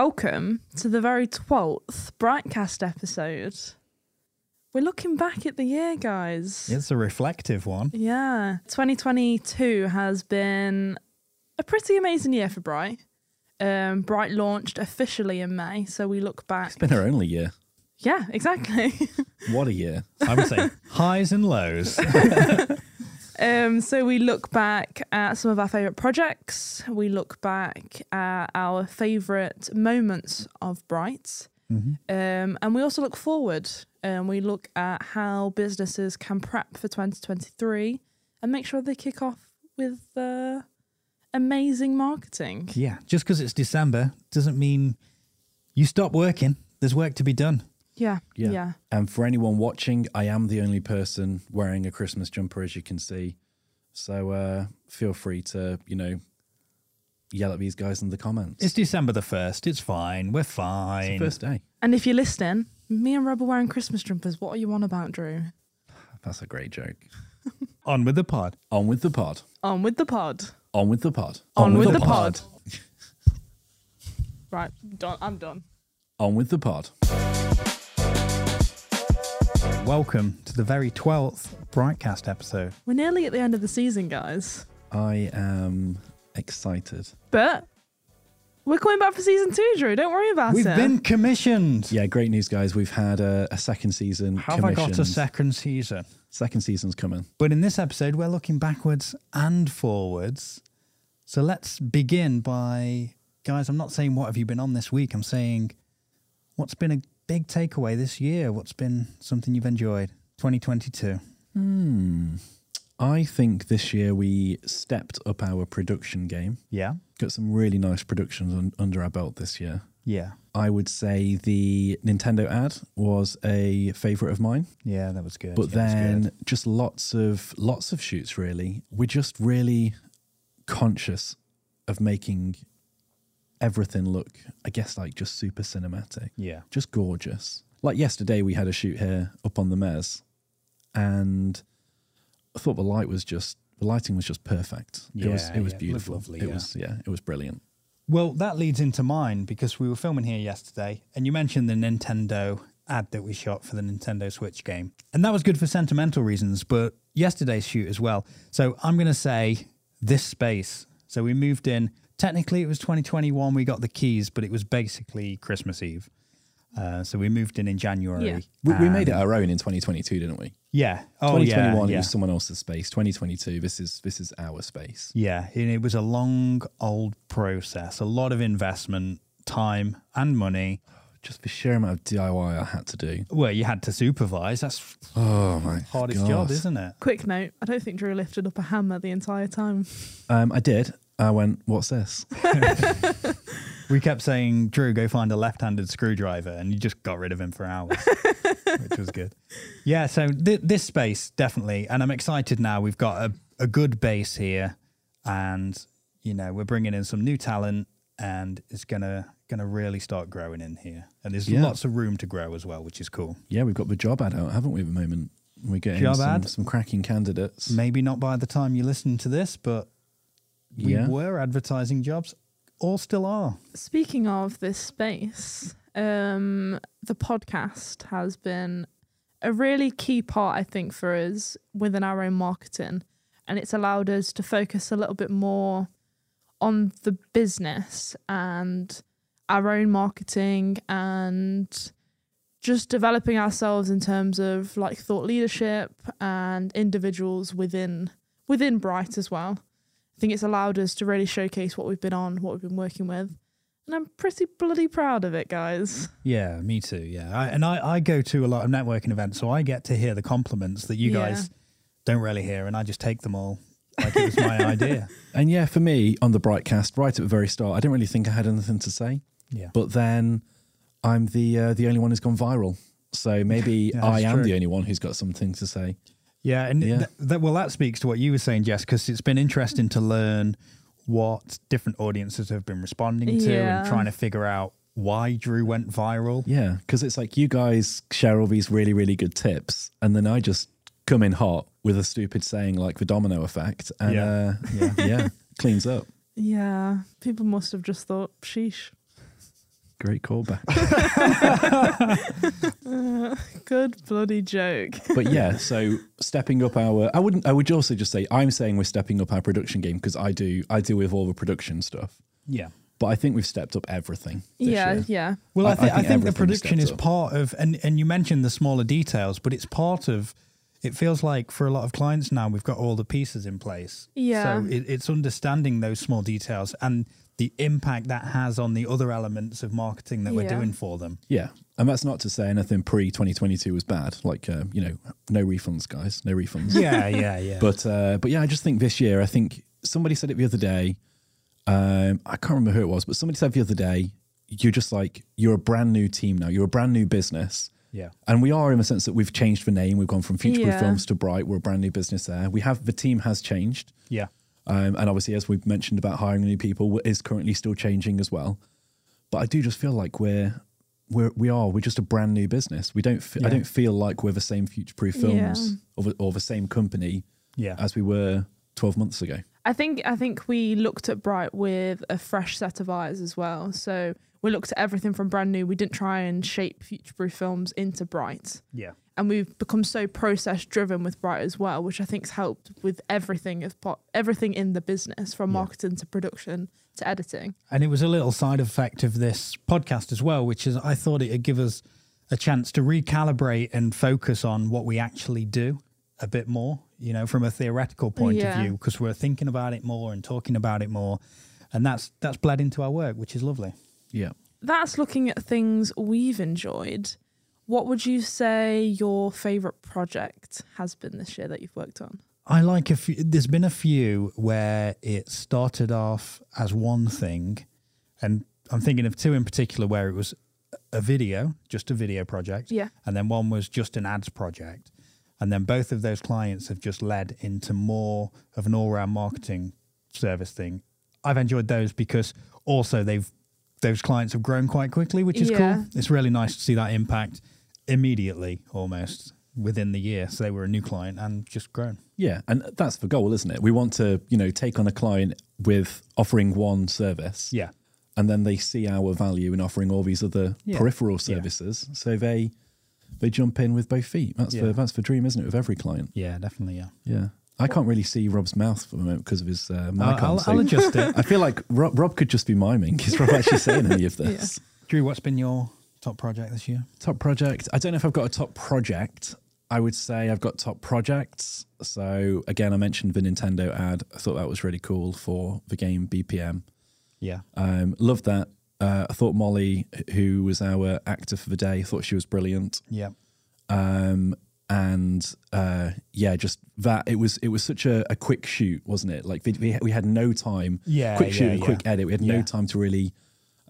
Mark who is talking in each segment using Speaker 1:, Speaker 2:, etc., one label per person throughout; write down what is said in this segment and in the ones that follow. Speaker 1: Welcome to the very 12th Brightcast episode. We're looking back at the year, guys.
Speaker 2: It's a reflective one.
Speaker 1: Yeah. 2022 has been a pretty amazing year for Bright. Um, Bright launched officially in May, so we look back.
Speaker 2: It's been our only year.
Speaker 1: yeah, exactly.
Speaker 2: What a year. I would say highs and lows.
Speaker 1: Um, so we look back at some of our favourite projects. We look back at our favourite moments of Bright.
Speaker 2: Mm-hmm.
Speaker 1: Um, and we also look forward. Um, we look at how businesses can prep for 2023 and make sure they kick off with uh, amazing marketing.
Speaker 2: yeah. Just because it's December doesn't mean you stop working. There's work to be done.
Speaker 1: Yeah. Yeah.
Speaker 3: And for anyone watching, I am the only person wearing a Christmas jumper, as you can see. So uh, feel free to, you know, yell at these guys in the comments.
Speaker 2: It's December the 1st. It's fine. We're fine.
Speaker 3: the first day.
Speaker 1: And if you're listening, me and Rob are wearing Christmas jumpers. What are you on about, Drew?
Speaker 3: That's a great joke.
Speaker 2: On with the pod.
Speaker 3: On with the pod.
Speaker 1: On with the pod.
Speaker 3: On with the pod.
Speaker 1: On, with, the, pod. right. Done. I'm done.
Speaker 3: On with the pod.
Speaker 2: Welcome to the very 12th Brightcast episode.
Speaker 1: We're nearly at the end of the season, guys.
Speaker 3: I am excited.
Speaker 1: But we're coming back for season two, Drew. Don't worry about
Speaker 2: We've
Speaker 1: it.
Speaker 2: been commissioned.
Speaker 3: Yeah, great news, guys. We've had a, a second season.
Speaker 2: Have I got a
Speaker 3: commissioned.
Speaker 2: second season?
Speaker 3: Second season's coming.
Speaker 2: But in this episode, we're looking backwards and forwards. So let's begin by, guys, I'm not saying what have you been on this week. I'm saying what's been a big takeaway this year? What's been something you've enjoyed? 2022.
Speaker 3: Hmm. I think this year we stepped up our production game.
Speaker 2: Yeah.
Speaker 3: Got some really nice productions un- under our belt this year.
Speaker 2: Yeah.
Speaker 3: I would say the Nintendo ad was a favorite of mine,
Speaker 2: Yeah, that was good.
Speaker 3: but
Speaker 2: Yeah, that was
Speaker 3: then
Speaker 2: good.
Speaker 3: just lots of lots of shoots really. We're just really conscious of making everything look, I guess like just super cinematic.
Speaker 2: Yeah.
Speaker 3: Just gorgeous. Like yesterday we had a shoot here up on the Mez and I thought the light was just the lighting was just perfect. it was
Speaker 2: Yeah, yeah,
Speaker 3: it was
Speaker 2: it looked
Speaker 3: beautiful.
Speaker 2: lovely,
Speaker 3: it
Speaker 2: yeah.
Speaker 3: was yeah, it was brilliant.
Speaker 2: Well, that leads into mine because we were filming here yesterday and you mentioned the Nintendo ad that we shot for the Nintendo Switch game. And that was good for sentimental reasons, but yesterday's shoot as well. So I'm going to say this space. So we moved in. Technically, it was 2021. We got the keys, but it was basically Christmas Eve. Uh, so we moved in in January.
Speaker 1: Yeah.
Speaker 3: We, we made it our own in 2022, didn't we?
Speaker 2: Yeah. Um, Oh, yeah.
Speaker 3: 2021 it
Speaker 2: Yeah.
Speaker 3: was someone else's space. 2022 this is this is our space.
Speaker 2: Yeah, and it was a long, old process. A lot of investment, time, and money.
Speaker 3: Just the sheer amount of DIY I had to do.
Speaker 2: Well, you had to supervise. That's
Speaker 3: Oh my
Speaker 2: hardest
Speaker 3: God.
Speaker 2: job, isn't it?
Speaker 1: Quick note: I don't think Drew lifted up a hammer the entire time.
Speaker 3: Um, I did. I went. What's this?
Speaker 2: We kept saying, Drew, go find a left handed screwdriver. And you just got rid of him for hours, which was good. Yeah. So th- this space, definitely. And I'm excited now. We've got a, a good base here. And, you know, we're bringing in some new talent and it's going to going to really start growing in here. And there's
Speaker 3: Yeah.
Speaker 2: lots of room to grow as well, which is cool.
Speaker 3: yeah, we've got the job ad out, haven't we? At the moment, we're getting
Speaker 2: Job
Speaker 3: some,
Speaker 2: ad?
Speaker 3: some cracking candidates.
Speaker 2: Maybe not by the time you listen to this, but we
Speaker 3: Yeah.
Speaker 2: were advertising jobs or still are.
Speaker 1: Speaking of this space, um, the podcast has been a really key part, I think, for us within our own marketing. And it's allowed us to focus a little bit more on the business and our own marketing and just developing ourselves in terms of like thought leadership and individuals within within Bright as well. I think it's allowed us to really showcase what we've been on, what we've been working with. And I'm pretty bloody proud of it, guys.
Speaker 2: Yeah, me too. Yeah. I, and I, I go to a lot of networking events, so I get to hear the compliments that you
Speaker 1: Yeah.
Speaker 2: guys don't really hear, and I just take them all like it was my idea.
Speaker 3: And yeah, for me on the broadcast, right at the very start, I didn't really think I had anything to say.
Speaker 2: Yeah.
Speaker 3: But then I'm the uh, the only one who's gone viral. So maybe
Speaker 2: Yeah,
Speaker 3: I
Speaker 2: that's
Speaker 3: am
Speaker 2: true.
Speaker 3: the only one who's got something to say.
Speaker 2: Yeah, and
Speaker 3: Yeah.
Speaker 2: Th- that well, that speaks to what you were saying, Jess, because it's been interesting to learn what different audiences have been responding to
Speaker 1: Yeah.
Speaker 2: and trying to figure out why Drew went viral.
Speaker 3: Yeah, because it's like you guys share all these really, really good tips, and then I just come in hot with a stupid saying like the domino effect, and
Speaker 2: Yeah.
Speaker 3: uh, yeah, cleans up.
Speaker 1: Yeah, people must have just thought, sheesh,
Speaker 3: Great callback.
Speaker 1: Good bloody joke.
Speaker 3: but yeah, so stepping up our I wouldn't I would also just say I'm saying we're stepping up our production game because I do I deal with all the production stuff.
Speaker 2: Yeah.
Speaker 3: But I think we've stepped up everything. this
Speaker 1: yeah,
Speaker 3: year.
Speaker 1: yeah.
Speaker 2: Well, I,
Speaker 3: I- I
Speaker 2: think, I
Speaker 3: think
Speaker 2: think, the
Speaker 3: everything
Speaker 2: production
Speaker 3: steps
Speaker 2: is
Speaker 3: up.
Speaker 2: part of, and, and you mentioned the smaller details, but it's part of. It feels like for a lot of clients now, we've got all the pieces in place.
Speaker 1: Yeah.
Speaker 2: So it, it's understanding those small details and the impact that has on the other elements of marketing that we're
Speaker 1: Yeah.
Speaker 2: doing for them.
Speaker 3: Yeah. And that's not to say anything pre 2022 was bad, like, uh, you know, no refunds, guys, no refunds.
Speaker 2: Yeah, yeah, yeah.
Speaker 3: But uh, but yeah, I just think this year, I think somebody said it the other day. Um, I can't remember who it was, but somebody said the other day, you're just like you're a brand new team now. You're a brand new business.
Speaker 2: yeah.
Speaker 3: And we are in the sense that we've changed the name. We've gone from Future Proof
Speaker 1: Yeah.
Speaker 3: Films to Bright. We're a brand new business there. We have the team has changed.
Speaker 2: Yeah.
Speaker 3: Um, and obviously, as we've mentioned about hiring new people, is currently still changing as well. But I do just feel like we're we're we are we're just a brand new business. We don't f-
Speaker 2: Yeah.
Speaker 3: I don't feel like we're the same future proof films or, the, or the same company
Speaker 2: Yeah.
Speaker 3: as we were twelve months ago.
Speaker 1: I think I think we looked at Bright with a fresh set of eyes as well. So we looked at everything from brand new. We didn't try and shape future proof films into Bright.
Speaker 2: yeah.
Speaker 1: And we've become so process driven with Bright as well, which I think's helped with everything of po- everything in the business, from marketing to production to editing.
Speaker 2: And it was a little side effect of this podcast as well, which is I thought it'd give us a chance to recalibrate and focus on what we actually do a bit more, you know, from a theoretical point
Speaker 1: Yeah.
Speaker 2: of view, because we're thinking about it more and talking about it more. And that's that's bled into our work, which is lovely.
Speaker 3: Yeah.
Speaker 1: That's looking at things we've enjoyed. What would you say your favorite project has been this year that you've worked on?
Speaker 2: I like a few. There's been a few where it started off as one thing, and I'm thinking of two in particular where it was a video, just a video project.
Speaker 1: Yeah.
Speaker 2: And then one was just an ads project. And then both of those clients have just led into more of an all round marketing service thing. I've enjoyed those because also they've those clients have grown quite quickly, which is
Speaker 1: Yeah.
Speaker 2: cool. It's really nice to see that impact immediately almost within the year. So they were a new client and just grown.
Speaker 3: Yeah, and that's the goal, isn't it? We want to, you know, take on a client with offering one service.
Speaker 2: Yeah.
Speaker 3: and then they see our value in offering all these other
Speaker 2: Yeah.
Speaker 3: peripheral
Speaker 2: Yeah.
Speaker 3: services. So they they jump in with both feet. That's
Speaker 2: Yeah.
Speaker 3: the that's the dream, isn't it, with every client?
Speaker 2: Yeah, definitely. Yeah.
Speaker 3: Yeah. I can't really see Rob's mouth for the moment because of his uh, mic
Speaker 2: Uh,
Speaker 3: on.
Speaker 2: I'll,
Speaker 3: so
Speaker 2: I'll adjust it.
Speaker 3: I feel like Rob, Rob could just be miming. Is Rob actually saying any of this?
Speaker 2: Drew, what's been your top project this year?
Speaker 3: Top project. I don't know if I've got a top project. I would say I've got top projects. So again, I mentioned the Nintendo ad. I thought that was really cool for the game BPM.
Speaker 2: Yeah.
Speaker 3: Um, loved that. Uh, I thought Molly, who was our actor for the day, thought she was brilliant.
Speaker 2: Yeah.
Speaker 3: Um, and uh, yeah, just that it was it was such a, a quick shoot, wasn't it? Like we, we had no time.
Speaker 2: Yeah,
Speaker 3: quick shoot
Speaker 2: yeah,
Speaker 3: and quick
Speaker 2: yeah.
Speaker 3: edit. We had
Speaker 2: Yeah.
Speaker 3: no time to really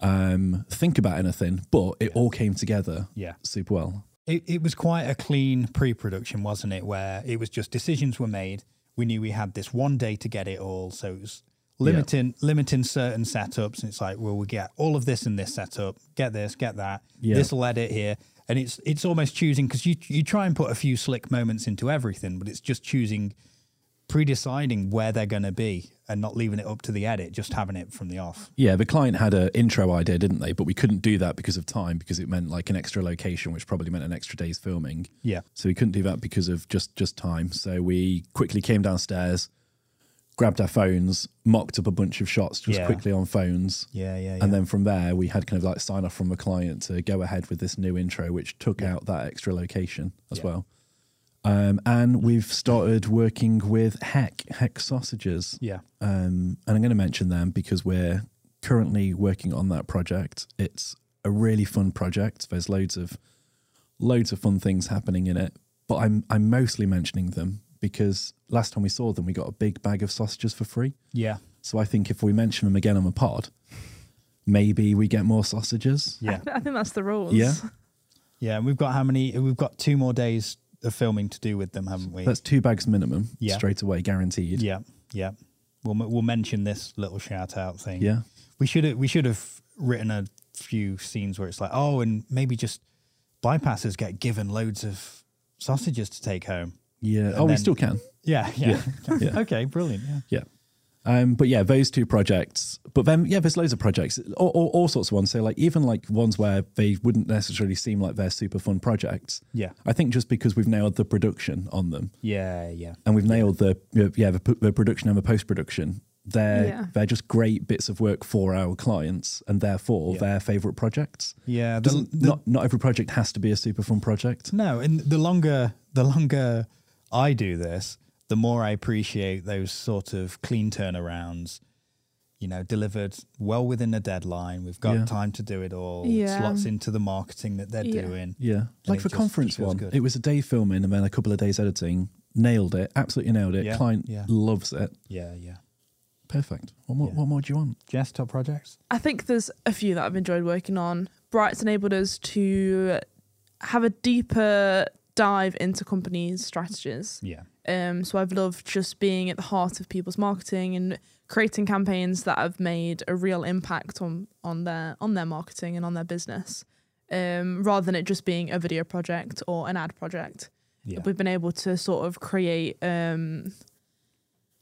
Speaker 3: um, think about anything, but it all came together.
Speaker 2: Yeah.
Speaker 3: super well.
Speaker 2: It, it was quite a clean pre production, wasn't it? Where it was just decisions were made. We knew we had this one day to get it all. So it was limiting limiting certain setups. And it's like, well, we get all of this in this setup, get this, get that.
Speaker 3: Yeah.
Speaker 2: This will edit here. And it's it's almost choosing because you you try and put a few slick moments into everything, but it's just choosing pre-deciding where they're going to be and not leaving it up to the edit, just having it from the off.
Speaker 3: Yeah, the client had an intro idea, didn't they? But we couldn't do that because of time, because it meant like an extra location, which probably meant an extra day's filming.
Speaker 2: Yeah.
Speaker 3: So we couldn't do that because of just just time. So we quickly came downstairs, grabbed our phones, mocked up a bunch of shots just
Speaker 2: Yeah.
Speaker 3: quickly on phones.
Speaker 2: Yeah, yeah, yeah.
Speaker 3: And then from there, we had kind of like sign off from the client to go ahead with this new intro, which took out that extra location as
Speaker 2: Yeah.
Speaker 3: well. Um, and we've started working with Heck, Heck Sausages.
Speaker 2: yeah.
Speaker 3: Um, and I'm going to mention them because we're currently working on that project. It's a really fun project. There's loads of loads of fun things happening in it, but I'm I'm mostly mentioning them because last time we saw them, we got a big bag of sausages for free.
Speaker 2: Yeah.
Speaker 3: So I think if we mention them again on the pod, maybe we get more sausages.
Speaker 1: I, th- I think that's the rules.
Speaker 3: Yeah.
Speaker 2: Yeah, and we've got how many? We've got two more days of filming to do with them, haven't we?
Speaker 3: That's two bags minimum
Speaker 2: Yeah.
Speaker 3: straight away, guaranteed.
Speaker 2: yeah, yeah. We'll we'll mention this little shout out thing.
Speaker 3: Yeah.
Speaker 2: we should have we should have written a few scenes where it's like, oh, and maybe just bypassers get given loads of sausages to take home.
Speaker 3: Yeah.
Speaker 2: And
Speaker 3: oh, we
Speaker 2: then-
Speaker 3: still can.
Speaker 2: Yeah, yeah.
Speaker 3: Yeah.
Speaker 2: okay, brilliant. Yeah.
Speaker 3: Yeah. Um, but yeah, those two projects. But then yeah, there's loads of projects, all, all, all sorts of ones. So like even like ones where they wouldn't necessarily seem like they're super fun projects.
Speaker 2: Yeah.
Speaker 3: I think just because we've nailed the production on them,
Speaker 2: Yeah, yeah.
Speaker 3: and we've nailed the yeah the, p- the production and the post production. They're
Speaker 1: Yeah.
Speaker 3: they're just great bits of work for our clients, and therefore
Speaker 2: Yeah.
Speaker 3: their favorite projects.
Speaker 2: Yeah, the-
Speaker 3: Doesn't,
Speaker 2: the-
Speaker 3: not not every project has to be a super fun project.
Speaker 2: No, and the longer the longer I do this, the more I appreciate those sort of clean turnarounds. You know, delivered well within the deadline. We've got
Speaker 3: Yeah.
Speaker 2: time to do it all.
Speaker 1: Yeah.
Speaker 2: It slots into the marketing that they're
Speaker 1: Yeah.
Speaker 2: doing.
Speaker 3: Yeah, like
Speaker 2: it
Speaker 3: the
Speaker 2: just
Speaker 3: conference
Speaker 2: feels
Speaker 3: one,
Speaker 2: good.
Speaker 3: it was a day filming and then a couple of days editing. Nailed it, absolutely nailed it.
Speaker 2: Yeah,
Speaker 3: Client
Speaker 2: yeah.
Speaker 3: loves it.
Speaker 2: Yeah, yeah.
Speaker 3: Perfect. What more,
Speaker 2: Yeah.
Speaker 3: what more do you want?
Speaker 2: Jess, top projects?
Speaker 1: I think there's a few that I've enjoyed working on. Bright's enabled us to have a deeper dive into companies' strategies.
Speaker 2: Yeah,
Speaker 1: Um, so I've loved just being at the heart of people's marketing and creating campaigns that have made a real impact on on their on their marketing and on their business, um, rather than it just being a video project or an ad project.
Speaker 2: yeah,
Speaker 1: We've been able to sort of create um,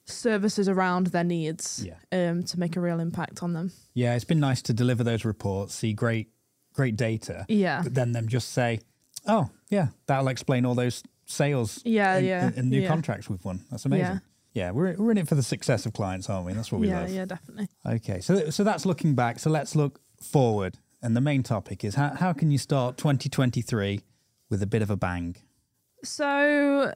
Speaker 1: services around their needs
Speaker 2: yeah.
Speaker 1: um, to make a real impact on them.
Speaker 2: Yeah, it's been nice to deliver those reports, see great, great data,
Speaker 1: Yeah,
Speaker 2: but then them just say, "Oh, yeah, that'll explain all those sales,
Speaker 1: Yeah,
Speaker 2: and,
Speaker 1: yeah,
Speaker 2: and, and new
Speaker 1: yeah.
Speaker 2: contracts we've won." That's amazing.
Speaker 1: Yeah.
Speaker 2: Yeah. we're, we're in it for the success of clients, aren't we? That's what we
Speaker 1: yeah,
Speaker 2: love.
Speaker 1: yeah, definitely.
Speaker 2: Okay, so so that's looking back. So let's look forward, and the main topic is how how can you start 2023 with a bit of a bang?
Speaker 1: So,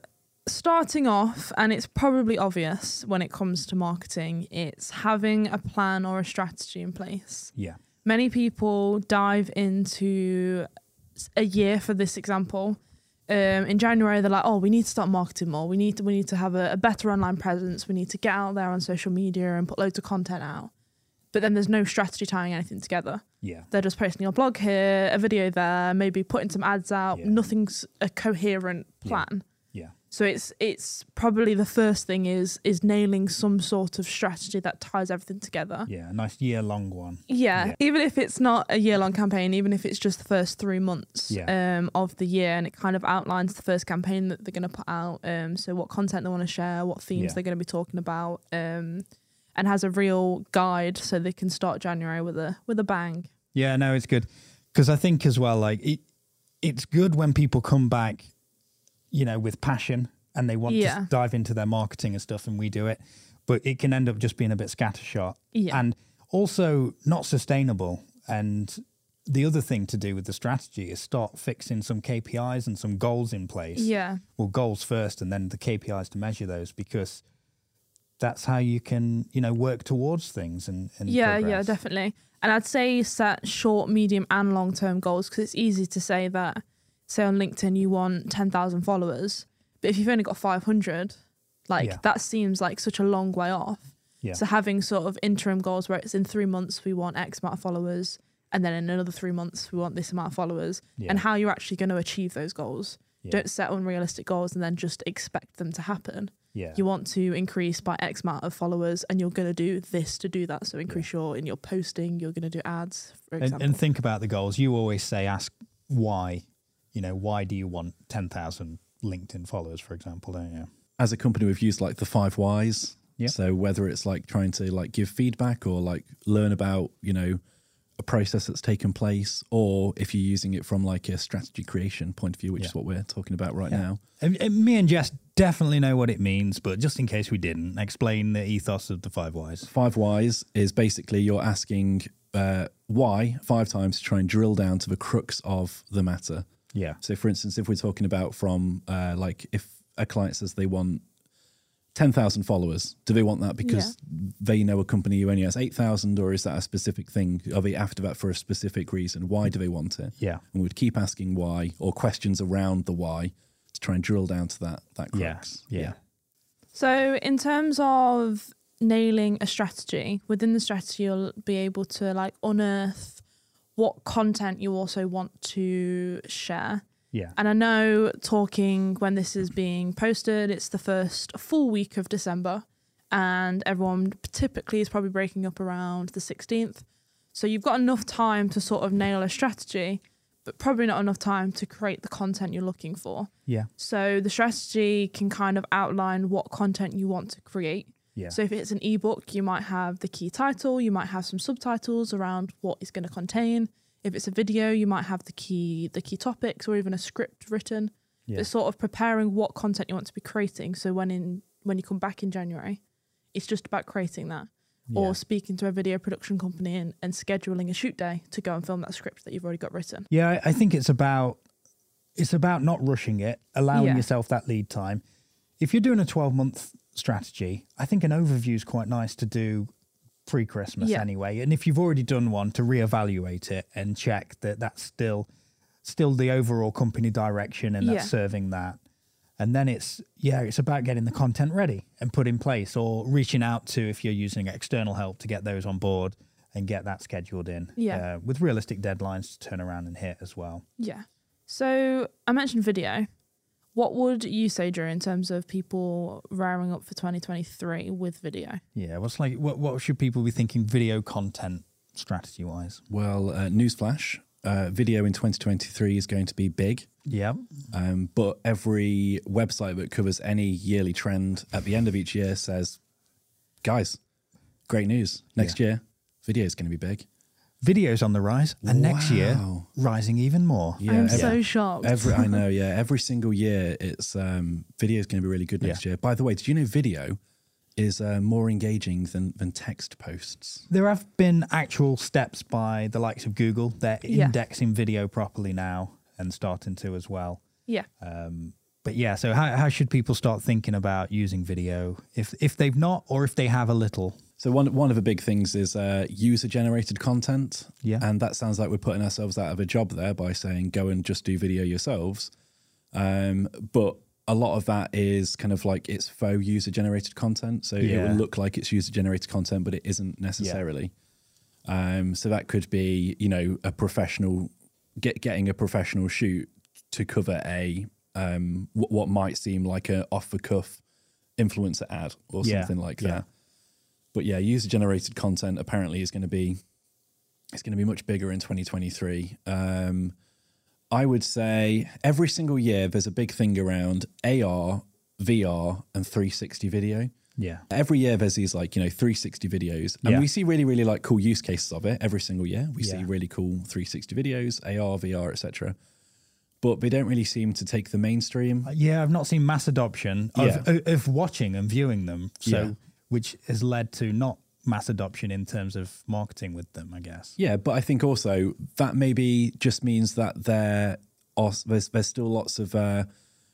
Speaker 1: starting off, and it's probably obvious when it comes to marketing, it's having a plan or a strategy in place.
Speaker 2: Yeah,
Speaker 1: Many people dive into s- a year for this example. Um, in January, they're like, "Oh, we need to start marketing more. We need to, we need to have a, a better online presence. We need to get out there on social media and put loads of content out." But then there's no strategy tying anything together
Speaker 2: yeah,
Speaker 1: they're just posting a blog here, a video there, maybe putting some ads out.
Speaker 2: Yeah.
Speaker 1: Nothing's a coherent
Speaker 2: Yeah.
Speaker 1: plan.
Speaker 2: yeah,
Speaker 1: So it's it's probably the first thing is is nailing some sort of strategy that ties everything together. Yeah.
Speaker 2: yeah. A nice year long one. Yeah.
Speaker 1: Even if it's not a year long campaign, even if it's just the first three months
Speaker 2: Yeah.
Speaker 1: um, of the year and it kind of outlines the first campaign that they're gonna put out. Um so what content they wanna share, what themes
Speaker 2: Yeah.
Speaker 1: they're gonna be talking about, um and has a real guide so they can start January with a with a bang.
Speaker 2: Yeah, no, it's good because I think as well, like it, it's good when people come back, you know, with passion and they want
Speaker 1: Yeah.
Speaker 2: to dive into their marketing and stuff, and we do it, but it can end up just being a bit scattershot
Speaker 1: Yeah.
Speaker 2: and also not sustainable. And the other thing to do with the strategy is start fixing some KPIs and some goals in place.
Speaker 1: Yeah.
Speaker 2: Well, goals first, and then the KPIs to measure those because that's how you can, you know, work towards things and, and
Speaker 1: yeah yeah
Speaker 2: progress.
Speaker 1: definitely and i'd say set short medium and long term goals because it's easy to say that say on linkedin you want 10000 followers but if you've only got 500 like
Speaker 2: Yeah.
Speaker 1: that seems like such a long way off
Speaker 2: Yeah.
Speaker 1: so having sort of interim goals where it's in three months we want x amount of followers and then in another three months we want this amount of followers
Speaker 2: Yeah.
Speaker 1: and how you're actually going to achieve those goals
Speaker 2: Yeah.
Speaker 1: don't set unrealistic goals and then just expect them to happen
Speaker 2: yeah.
Speaker 1: you want to increase by X amount of followers, and you're going to do this to do that. So increase your in your posting. You're going to do ads, for
Speaker 2: and,
Speaker 1: example.
Speaker 2: and think about the goals. You always say, ask why. You know, why do you want 10,000 LinkedIn followers, for example, don't you?
Speaker 3: As a company, we've used like the five whys.
Speaker 2: Yeah.
Speaker 3: So whether it's like trying to like give feedback or like learn about you know a process that's taken place, or if you're using it from like a strategy creation point of view, which
Speaker 2: Yeah.
Speaker 3: is what we're talking about right now.
Speaker 2: And- and me and Jess definitely know what it means, but just in case we didn't, explain the ethos of the five whys.
Speaker 3: Five whys is basically you're asking uh, why five times to try and drill down to the crux of the matter.
Speaker 2: Yeah.
Speaker 3: So, for instance, if we're talking about from uh, like if a client says they want ten thousand followers, do they want that because they know a company who only has eight thousand, or is that a specific thing? Are they after that for a specific reason? Why do they want it?
Speaker 2: Yeah.
Speaker 3: and we'd keep asking why or questions around the why to try and drill down to that that crux.
Speaker 2: Yeah. Yeah.
Speaker 1: so in terms of nailing a strategy within the strategy, you'll be able to like unearth what content you also want to share.
Speaker 2: Yeah.
Speaker 1: And I know talking when this is being posted, it's the first full week of December, and everyone typically is probably breaking up around the 16th. So you've got enough time to sort of nail a strategy, but probably not enough time to create the content you're looking for.
Speaker 2: Yeah.
Speaker 1: So the strategy can kind of outline what content you want to create.
Speaker 2: Yeah.
Speaker 1: So if it's an ebook, you might have the key title, you might have some subtitles around what it's going to contain. If it's a video, you might have the key the key topics or even a script written.
Speaker 2: Yeah.
Speaker 1: It's sort of preparing what content you want to be creating. So when in when you come back in January, it's just about creating that.
Speaker 2: Yeah.
Speaker 1: Or speaking to a video production company and, and scheduling a shoot day to go and film that script that you've already got written.
Speaker 2: Yeah, I, I think it's about it's about not rushing it, allowing
Speaker 1: Yeah.
Speaker 2: yourself that lead time. If you're doing a 12 month strategy, I think an overview is quite nice to do pre Christmas
Speaker 1: Yeah.
Speaker 2: anyway. And if you've already done one, to reevaluate it and check that that's still still the overall company direction and that's
Speaker 1: Yeah.
Speaker 2: serving that. And then it's yeah, it's about getting the content ready and put in place, or reaching out to if you're using external help to get those on board and get that scheduled in.
Speaker 1: Yeah.
Speaker 2: uh, with realistic deadlines to turn around and hit as well.
Speaker 1: Yeah. So I mentioned video. What would you say, Drew, in terms of people raring up for 2023 with video?
Speaker 2: Yeah, what's like what what should people be thinking video content strategy wise?
Speaker 3: Well, uh, newsflash uh, video in 2023 is going to be big.
Speaker 2: Yeah,
Speaker 3: Um, but every website that covers any yearly trend at the end of each year says, guys, great news. Next year, video is going to be big.
Speaker 2: videos on the rise, and next year
Speaker 3: Wow.
Speaker 2: rising even more.
Speaker 3: Yeah,
Speaker 1: I'm
Speaker 3: every-
Speaker 1: so shocked.
Speaker 3: Every I know, yeah. Every single year, it's um, video is going to be really good next year. By the way, did you know video is uh, more engaging than than text posts?
Speaker 2: There have been actual steps by the likes of Google. They're
Speaker 1: Yeah.
Speaker 2: indexing video properly now and starting to as well.
Speaker 1: yeah.
Speaker 2: But yeah, so how, how should people start thinking about using video if if they've not or if they have a little?
Speaker 3: So one one of the big things is uh, user generated content.
Speaker 2: Yeah.
Speaker 3: and that sounds like we're putting ourselves out of a job there by saying go and just do video yourselves. Um, but a lot of that is kind of like it's faux user generated content. So it
Speaker 2: Yeah.
Speaker 3: will look like it's user generated content, but it isn't necessarily. Um, so that could be you know a professional get getting a professional shoot to cover a um, what, what might seem like a off the cuff influencer ad or
Speaker 2: Yeah.
Speaker 3: something like
Speaker 2: Yeah.
Speaker 3: that but yeah, user generated content apparently is going to be it's going to be much bigger in 2023. Um, I would say every single year there's a big thing around AR, VR, and 360 video.
Speaker 2: Yeah,
Speaker 3: Every year there's these like you know 360 videos, and
Speaker 2: Yeah.
Speaker 3: we see really really like cool use cases of it every single year. We see
Speaker 2: Yeah.
Speaker 3: really cool 360 videos, AR, VR, etc. But they don't really seem to take the mainstream.
Speaker 2: Uh, yeah. I've not seen mass adoption of
Speaker 3: Yeah.
Speaker 2: of, of watching and viewing them, so
Speaker 3: Yeah.
Speaker 2: which has led to not mass adoption in terms of marketing with them. I guess.
Speaker 3: Yeah, but I think also that maybe just means that there are there's there's still lots of uh,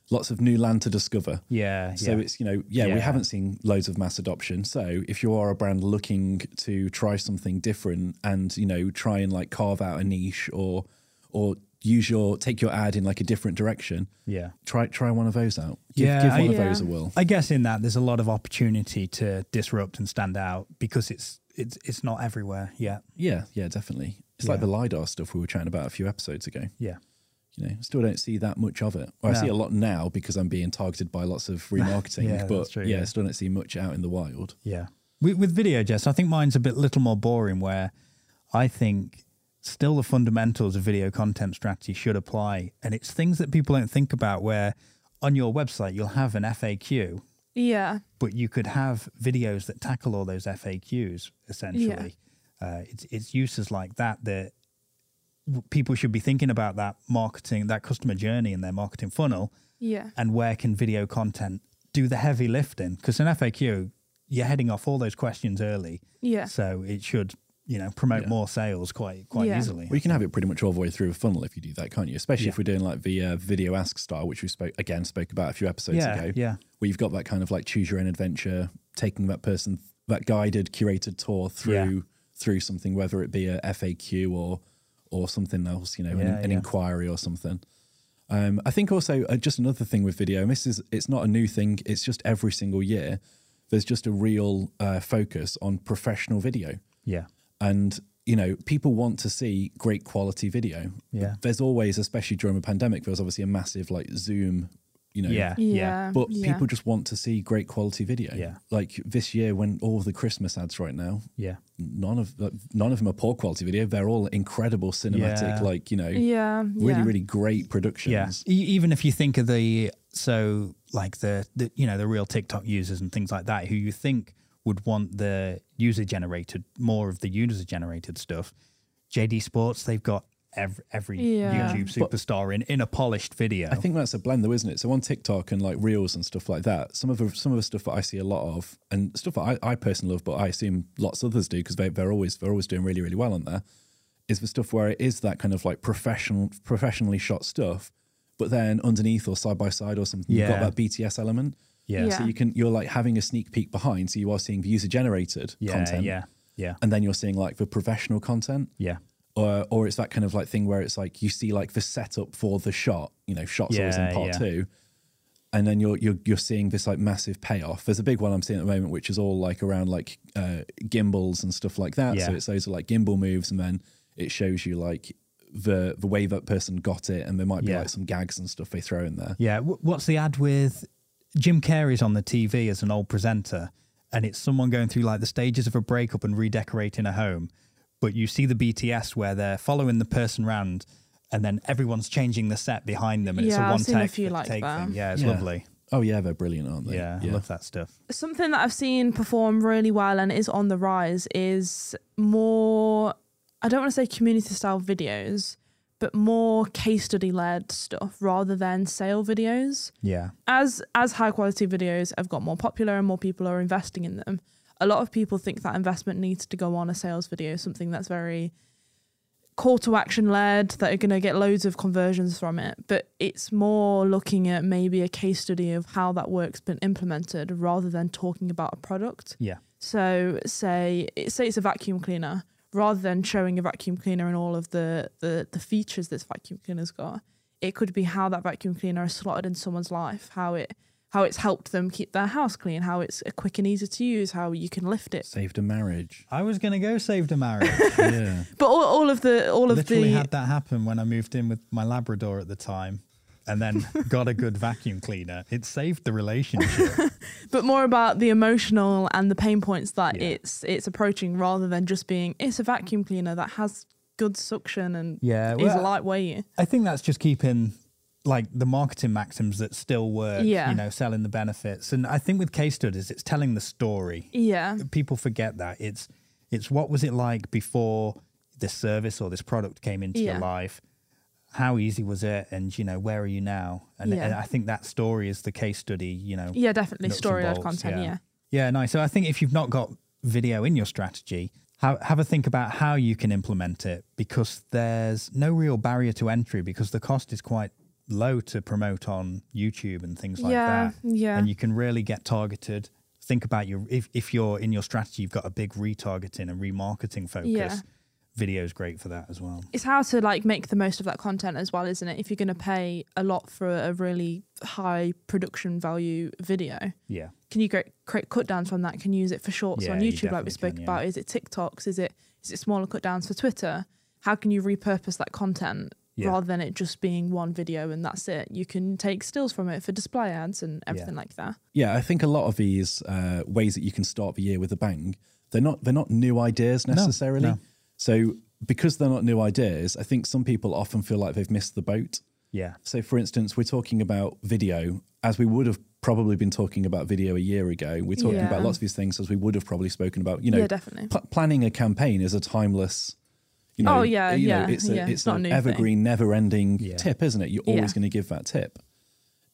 Speaker 3: lots of new land to discover.
Speaker 2: Yeah.
Speaker 3: So
Speaker 2: yeah.
Speaker 3: it's you know yeah,
Speaker 2: Yeah.
Speaker 3: we haven't seen loads of mass adoption. So if you are a brand looking to try something different and you know try and like carve out a niche or or use your take your ad in like a different direction,
Speaker 2: yeah.
Speaker 3: try try one of those out. Give,
Speaker 2: Yeah,
Speaker 3: give
Speaker 2: I-
Speaker 3: one of
Speaker 1: Yeah.
Speaker 3: those a whirl.
Speaker 2: I guess in that there's a lot of opportunity to disrupt and stand out because it's it's it's not everywhere. Yeah.
Speaker 3: Yeah, yeah, definitely. It's like
Speaker 2: Yeah.
Speaker 3: the lidar stuff we were chatting about a few episodes ago.
Speaker 2: Yeah.
Speaker 3: you know, still don't see that much of it. Well,
Speaker 2: No.
Speaker 3: I see a lot now because I'm being targeted by lots of remarketing,
Speaker 2: Yeah,
Speaker 3: but
Speaker 2: that's true,
Speaker 3: yeah,
Speaker 2: yeah.
Speaker 3: still don't see much out in the wild.
Speaker 2: Yeah. With, with video, Jess, I think mine's a bit little more boring where I think still the fundamentals of video content strategy should apply. And it's things that people don't think about where on your website you'll have an FAQ,
Speaker 1: yeah.
Speaker 2: but you could have videos that tackle all those FAQs essentially. Uh, it's, it's uses like that that w- people should be thinking about that marketing, that customer journey in their marketing funnel
Speaker 1: Yeah.
Speaker 2: and where can video content do the heavy lifting? Because in FAQ, you're heading off all those questions early,
Speaker 1: Yeah.
Speaker 2: so it should you know promote
Speaker 3: Yeah.
Speaker 2: more sales quite quite
Speaker 1: Yeah.
Speaker 2: easily.
Speaker 3: Well, you can have it pretty much all the way through a funnel if you do that, can't you? Especially if we're doing like the uh, video ask style, which we spoke again spoke about a few episodes
Speaker 2: yeah,
Speaker 3: ago,
Speaker 2: yeah,
Speaker 3: where you've got that kind of like choose your own adventure, taking that person that guided curated tour through
Speaker 2: Yeah.
Speaker 3: through something, whether it be a FAQ or or something else, you know, an,
Speaker 2: Yeah,
Speaker 3: an
Speaker 2: yeah.
Speaker 3: inquiry or something. Um, I think also uh, just another thing with video, and this is it's not a new thing. It's just every single year, there's just a real uh, focus on professional video,
Speaker 2: yeah,
Speaker 3: and you know people want to see great quality video.
Speaker 2: Yeah.
Speaker 3: there's always, especially during the pandemic, there was obviously a massive like Zoom, you know,
Speaker 2: yeah, yeah, yeah,
Speaker 1: Yeah.
Speaker 3: But
Speaker 1: yeah.
Speaker 3: people just want to see great quality video.
Speaker 2: Yeah.
Speaker 3: like this year when all the Christmas ads right now, none of like, none of them are poor quality video. They're all incredible cinematic,
Speaker 2: Yeah.
Speaker 3: like you know,
Speaker 1: Yeah.
Speaker 3: really
Speaker 1: yeah.
Speaker 3: really great productions.
Speaker 2: Yeah. E- Even if you think of the so like the, the you know the real TikTok users and things like that, who you think would want the user generated, more of the user generated stuff. JD Sports, they've got every, every
Speaker 1: Yeah.
Speaker 2: YouTube
Speaker 3: But-
Speaker 2: superstar in, in a polished video.
Speaker 3: I think that's a blend, though, isn't it? So on TikTok and like Reels and stuff like that, some of the, some of the stuff that I see a lot of, and stuff that I, I personally love, but I assume lots of others do because they, they're always they're always doing really really well on there, is the stuff where it is that kind of like professional professionally shot stuff, but then underneath or side by side or something, you've
Speaker 2: Yeah.
Speaker 3: got that BTS element.
Speaker 2: yeah.
Speaker 1: Yeah.
Speaker 3: So you can you're like having a sneak peek behind, so you are seeing the user generated
Speaker 2: Yeah,
Speaker 3: content,
Speaker 2: yeah, yeah,
Speaker 3: and then you're seeing like the professional content
Speaker 2: yeah.
Speaker 3: or uh, or it's that kind of like thing where it's like you see like the setup for the shot, you know, shots always in
Speaker 2: Yeah,
Speaker 3: part
Speaker 2: yeah.
Speaker 3: two, and then you're you're you're seeing this like massive payoff. There's a big one I'm seeing at the moment, which is all like around like uh, gimbals and stuff like that. So
Speaker 2: Yeah.
Speaker 3: it's those like gimbal moves, and then it shows you like the the way that person got it, and there might be
Speaker 2: Yeah.
Speaker 3: like some gags and stuff they throw in there.
Speaker 2: Yeah. wh- What's the ad with Jim Carrey's on the TV as an old presenter, and it's someone going through like the stages of a breakup and redecorating a home, but you see the BTS where they're following the person round, and then everyone's changing the set behind them, and
Speaker 1: Yeah, I've
Speaker 2: it's a
Speaker 1: seen
Speaker 2: one
Speaker 1: a
Speaker 2: take,
Speaker 1: few like
Speaker 2: take
Speaker 1: that.
Speaker 2: thing. Yeah, it's
Speaker 3: Yeah.
Speaker 2: lovely.
Speaker 3: Oh yeah, they're brilliant, aren't they?
Speaker 2: Yeah, I love that stuff.
Speaker 1: something that I've seen perform really well and is on the rise is more I don't want to say community style videos, but more case study led stuff rather than sale videos.
Speaker 2: Yeah,
Speaker 1: As as high quality videos have got more popular and more people are investing in them, a lot of people think that investment needs to go on a sales video, something that's very call to action led that are going to get loads of conversions from it but it's more looking at maybe a case study of how that work's been implemented rather than talking about a product
Speaker 2: yeah,
Speaker 1: so say say it's a vacuum cleaner rather than showing a vacuum cleaner and all of the the, the features this vacuum cleaner's got it could be how that vacuum cleaner is slotted in someone's life how it how it's helped them keep their house clean how it's quick and easy to use how you can lift it
Speaker 3: Saved a marriage.
Speaker 2: I was gonna go saved a marriage.
Speaker 3: yeah.
Speaker 1: but all, all of the all of
Speaker 2: Literally
Speaker 1: the
Speaker 2: had that happen when I moved in with my Labrador at the time, and then got a good vacuum cleaner. It saved the relationship.
Speaker 1: but more about the emotional and the pain points that
Speaker 2: Yeah.
Speaker 1: it's it's approaching rather than just being it's a vacuum cleaner that has good suction and
Speaker 2: Yeah,
Speaker 1: is
Speaker 2: well,
Speaker 1: lightweight.
Speaker 2: I think that's just keeping like the marketing maxims that still work,
Speaker 1: Yeah.
Speaker 2: you know, selling the benefits. And I think with case studies, it's telling the story.
Speaker 1: Yeah,
Speaker 2: People forget that. It's it's what was it like before this service or this product came into
Speaker 1: Yeah.
Speaker 2: your life? How easy was it? And you know, where are you now? And,
Speaker 1: Yeah.
Speaker 2: and I think that story is the case study, you know,
Speaker 1: yeah, definitely
Speaker 2: nuts and
Speaker 1: story led
Speaker 2: bolts,
Speaker 1: content. Yeah.
Speaker 2: Yeah, nice. So I think if you've not got video in your strategy, have, have a think about how you can implement it because there's no real barrier to entry because the cost is quite low to promote on YouTube and things like
Speaker 1: Yeah,
Speaker 2: that.
Speaker 1: yeah.
Speaker 2: And you can really get targeted. Think about your if, if you're in your strategy, you've got a big retargeting and remarketing focus.
Speaker 1: Yeah.
Speaker 2: Video is great for that as well.
Speaker 1: It's how to like make the most of that content as well, isn't it? If you're going to pay a lot for a really high production value video,
Speaker 2: Yeah.
Speaker 1: can you create, create cut downs from that? Can you use it for shorts on
Speaker 2: Yeah, you
Speaker 1: YouTube, like
Speaker 2: definitely
Speaker 1: we spoke
Speaker 2: can, yeah.
Speaker 1: about? Is it TikToks? Is it is it smaller cut downs for Twitter? How can you repurpose that content
Speaker 2: Yeah.
Speaker 1: rather than it just being one video and that's it? You can take stills from it for display ads and everything like that.
Speaker 3: Yeah, I think a lot of these uh, ways that you can start the year with a bang, they're not they're not new ideas necessarily.
Speaker 2: no.
Speaker 3: So because they're not new ideas, I think some people often feel like they've missed the boat.
Speaker 2: Yeah.
Speaker 3: So for instance, we're talking about video as we would have probably been talking about video a year ago. We're talking
Speaker 1: Yeah.
Speaker 3: about lots of these things as we would have probably spoken about, you know,
Speaker 1: yeah, definitely.
Speaker 3: pl- planning a campaign is a timeless you know,
Speaker 1: Oh, yeah,
Speaker 3: you know,
Speaker 1: yeah,
Speaker 3: it's a,
Speaker 1: yeah.
Speaker 3: it's,
Speaker 1: It's not a
Speaker 3: an
Speaker 1: new
Speaker 3: evergreen, never ending
Speaker 2: Yeah.
Speaker 3: tip, isn't it? You're
Speaker 1: Yeah.
Speaker 3: always going to give that tip.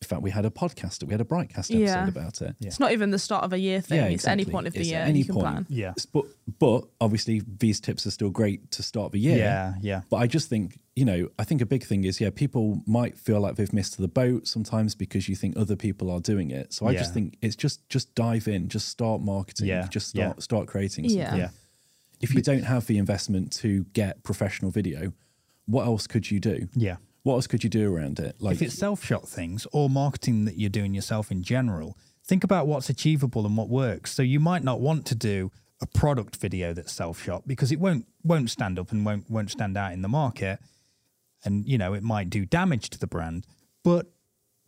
Speaker 3: In fact, we had a podcast, we had a broadcast episode
Speaker 1: Yeah.
Speaker 3: about it.
Speaker 1: It's not even the start of a year thing.
Speaker 3: Yeah,
Speaker 1: It's any
Speaker 3: exactly.
Speaker 1: point of the
Speaker 3: It's
Speaker 1: year
Speaker 3: at any
Speaker 1: you can
Speaker 3: point.
Speaker 1: plan.
Speaker 2: Yeah.
Speaker 3: S- But but obviously these tips are still great to start the year.
Speaker 2: Yeah. Yeah.
Speaker 3: But I just think, you know, I think a big thing is, yeah, people might feel like they've missed the boat sometimes because you think other people are doing it. So I just
Speaker 2: Yeah.
Speaker 3: think it's just just dive in, just start marketing,
Speaker 2: Yeah,
Speaker 3: just start
Speaker 2: yeah.
Speaker 3: start creating something.
Speaker 1: Yeah.
Speaker 2: Yeah.
Speaker 3: If you don't have the investment to get professional video, what else could you do?
Speaker 2: Yeah.
Speaker 3: What else could you do around it? Like
Speaker 2: if it's self-shot things or marketing that you're doing yourself in general, think about what's achievable and what works. So you might not want to do a product video that's self-shot because it won't won't stand up and won't won't stand out in the market, and you know it might do damage to the brand. But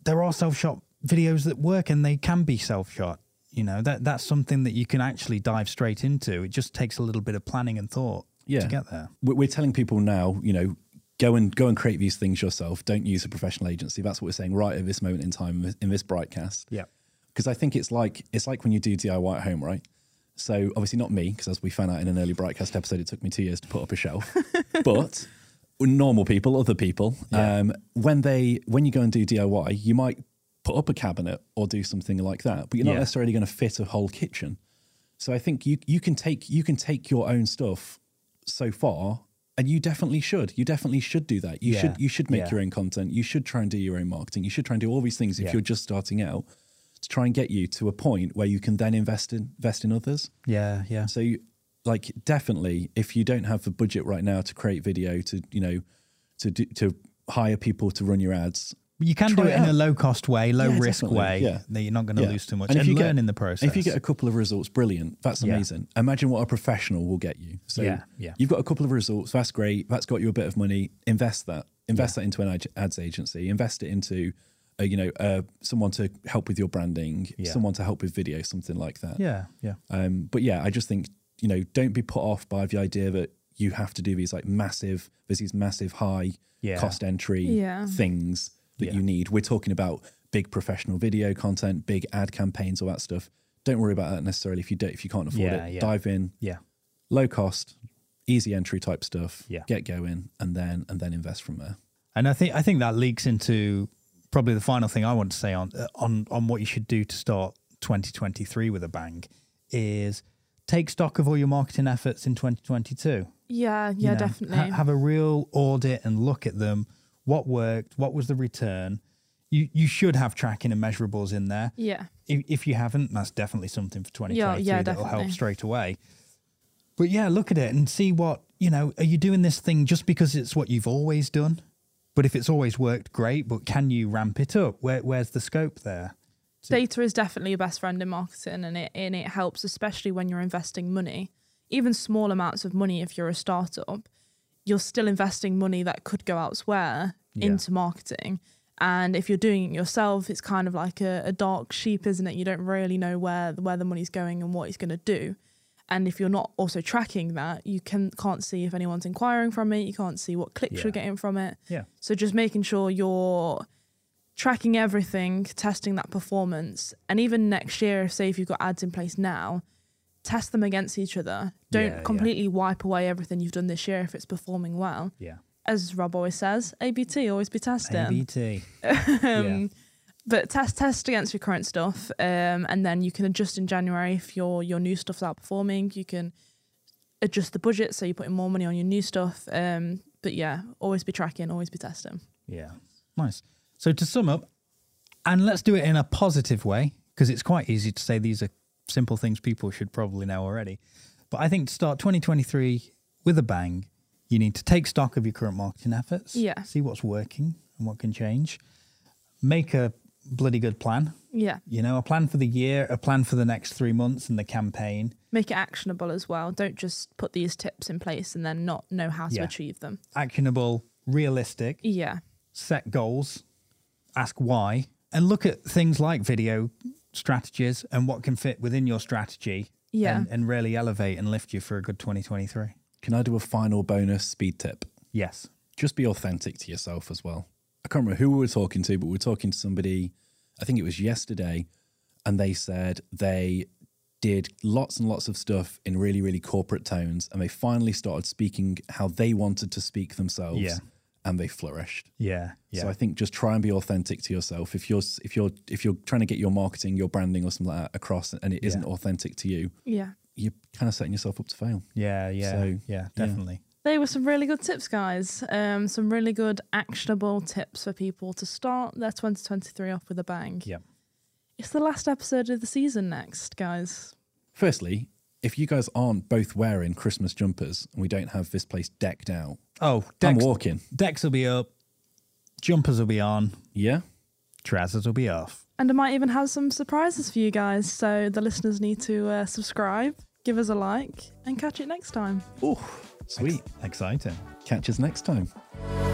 Speaker 2: there are self-shot videos that work and they can be self-shot. You know that that's something that you can actually dive straight into. It just takes a little bit of planning and thought
Speaker 3: Yeah.
Speaker 2: to get there.
Speaker 3: we're we're telling people now, you know, go and go and create these things yourself. Don't use a professional agency. That's what we're saying right at this moment in time in this broadcast.
Speaker 2: Yeah.
Speaker 3: because I think it's like it's like when you do DIY at home, right? So obviously not me, because as we found out in an early broadcast episode, it took me two years to put up a shelf. but normal people, other people,
Speaker 2: Yeah.
Speaker 3: um, when they when you go and do DIY, you might put up a cabinet or do something like that, but you're not
Speaker 2: Yeah.
Speaker 3: necessarily going to fit a whole kitchen. So I think you you can take you can take your own stuff so far, and you definitely should. You definitely should do that. You
Speaker 2: Yeah.
Speaker 3: should you should make
Speaker 2: Yeah.
Speaker 3: your own content. You should try and do your own marketing. You should try and do all these things if
Speaker 2: Yeah.
Speaker 3: you're just starting out to try and get you to a point where you can then invest in invest in others.
Speaker 2: Yeah, yeah.
Speaker 3: So, you- like, definitely, if you don't have the budget right now to create video, to you know, to do, to hire people to run your ads,
Speaker 2: You can
Speaker 3: Try
Speaker 2: do
Speaker 3: it
Speaker 2: it in
Speaker 3: out.
Speaker 2: a low cost way, low
Speaker 3: Yeah,
Speaker 2: risk
Speaker 3: definitely.
Speaker 2: way
Speaker 3: Yeah.
Speaker 2: that you're not going to
Speaker 3: Yeah.
Speaker 2: lose too much and, learn in the process.
Speaker 3: If you get a couple of results, brilliant. That's
Speaker 2: Yeah.
Speaker 3: amazing. Imagine what a professional will get you. So
Speaker 2: Yeah, yeah.
Speaker 3: you've got a couple of results. That's great. That's got you a bit of money. Invest that. Invest that into an ad- ads agency. Invest it into, uh, you know, uh, someone to help with your branding.
Speaker 2: Yeah.
Speaker 3: Someone to help with video. Something like that.
Speaker 2: yeah, yeah.
Speaker 3: Um, but yeah, I just think you know, don't be put off by the idea that you have to do these like massive, there's these massive high
Speaker 2: Yeah.
Speaker 3: cost entry
Speaker 1: Yeah.
Speaker 3: things that
Speaker 2: Yeah.
Speaker 3: you need. We're talking about big professional video content, big ad campaigns, all that stuff. Don't worry about that necessarily if you don't if you can't afford
Speaker 2: Yeah,
Speaker 3: it.
Speaker 2: yeah.
Speaker 3: Dive in,
Speaker 2: Yeah.
Speaker 3: low cost, easy entry type stuff.
Speaker 2: Yeah.
Speaker 3: Get going and then and then invest from there.
Speaker 2: And I think I think that leaks into probably the final thing I want to say on uh, on on what you should do to start 2023 with a bang is take stock of all your marketing efforts in 2022.
Speaker 1: Yeah,
Speaker 2: you
Speaker 1: yeah,
Speaker 2: know,
Speaker 1: definitely.
Speaker 2: ha- have a real audit and look at them. What worked? What was the return? You you should have tracking and measurables in there.
Speaker 1: yeah.
Speaker 2: If, if you haven't, that's definitely something for 2023
Speaker 1: yeah,
Speaker 2: that'll help
Speaker 1: definitely.
Speaker 2: straight away. But yeah, look at it and see what, you know, are you doing this thing just because it's what you've always done? But if it's always worked, great. But can you ramp it up? Where, where's the scope there?
Speaker 1: data is definitely your best friend in marketing and it and it helps especially when you're investing money even small amounts of money if you're a startup you're still investing money that could go elsewhere
Speaker 2: Yeah.
Speaker 1: into marketing and if you're doing it yourself it's kind of like a, a dark sheep isn't it you don't really know where where the money's going and what it's going to do and if you're not also tracking that you can can't see if anyone's inquiring from it you can't see what clicks
Speaker 2: Yeah.
Speaker 1: you're getting from it
Speaker 2: Yeah.
Speaker 1: so just making sure you're tracking everything, testing that performance, and even next year, say if you've got ads in place now, test them against each other. Don't
Speaker 2: Yeah, yeah.
Speaker 1: completely wipe away everything you've done this year if it's performing well.
Speaker 2: Yeah.
Speaker 1: As Rob always says, ABT always be testing.
Speaker 2: ABT. yeah.
Speaker 1: But test test against your current stuff, um, and then you can adjust in January if your your new stuff's outperforming. You can adjust the budget so you're putting more money on your new stuff. Um, but yeah, always be tracking, always be testing.
Speaker 2: Yeah. Nice. So to sum up, and let's do it in a positive way because it's quite easy to say these are simple things people should probably know already. But I think to start 2023 with a bang, you need to take stock of your current marketing efforts.
Speaker 1: Yeah.
Speaker 2: See what's working and what can change. Make a bloody good plan.
Speaker 1: Yeah.
Speaker 2: You know, a plan for the year, a plan for the next three months and the campaign.
Speaker 1: make it actionable as well. Don't just put these tips in place and then not know how to
Speaker 2: Yeah.
Speaker 1: achieve them.
Speaker 2: Actionable, realistic.
Speaker 1: Yeah.
Speaker 2: set goals, ask why, and look at things like video strategies and what can fit within your strategy
Speaker 1: Yeah.
Speaker 2: and, and really elevate and lift you for a good 2023.
Speaker 3: Can I do a final bonus speed tip?
Speaker 2: Yes.
Speaker 3: just be authentic to yourself as well. I can't remember who we were talking to, but we were talking to somebody, I think it was yesterday, and they said they did lots and lots of stuff in really, really corporate tones, and they finally started speaking how they wanted to speak themselves,
Speaker 2: Yeah.
Speaker 3: and they flourished.
Speaker 2: Yeah. Yeah.
Speaker 3: So I think just try and be authentic to yourself. If you're if you're if you're trying to get your marketing, your branding, or something like that across, and it not
Speaker 2: Yeah.
Speaker 3: authentic to you,
Speaker 1: Yeah.
Speaker 3: you're kind of setting yourself up to fail.
Speaker 2: yeah. Yeah.
Speaker 3: So,
Speaker 2: yeah. Definitely.
Speaker 1: They were some really good tips, guys. Um, some really good actionable tips for people to start their 2023 off with a bang.
Speaker 2: Yeah.
Speaker 1: It's the last episode of the season next, guys.
Speaker 3: Firstly, if you guys aren't both wearing Christmas jumpers and we don't have this place decked out,
Speaker 2: Oh,
Speaker 3: I'm
Speaker 2: Dex,
Speaker 3: walking.
Speaker 2: Dex will be up, jumpers will be on,
Speaker 3: Yeah.
Speaker 2: trousers will be off.
Speaker 1: And I might even have some surprises for you guys. So the listeners need to uh, subscribe, give us a like, and catch it next time.
Speaker 3: Oh, sweet.
Speaker 2: Exciting.
Speaker 3: Catch us next time.
Speaker 2: Bye.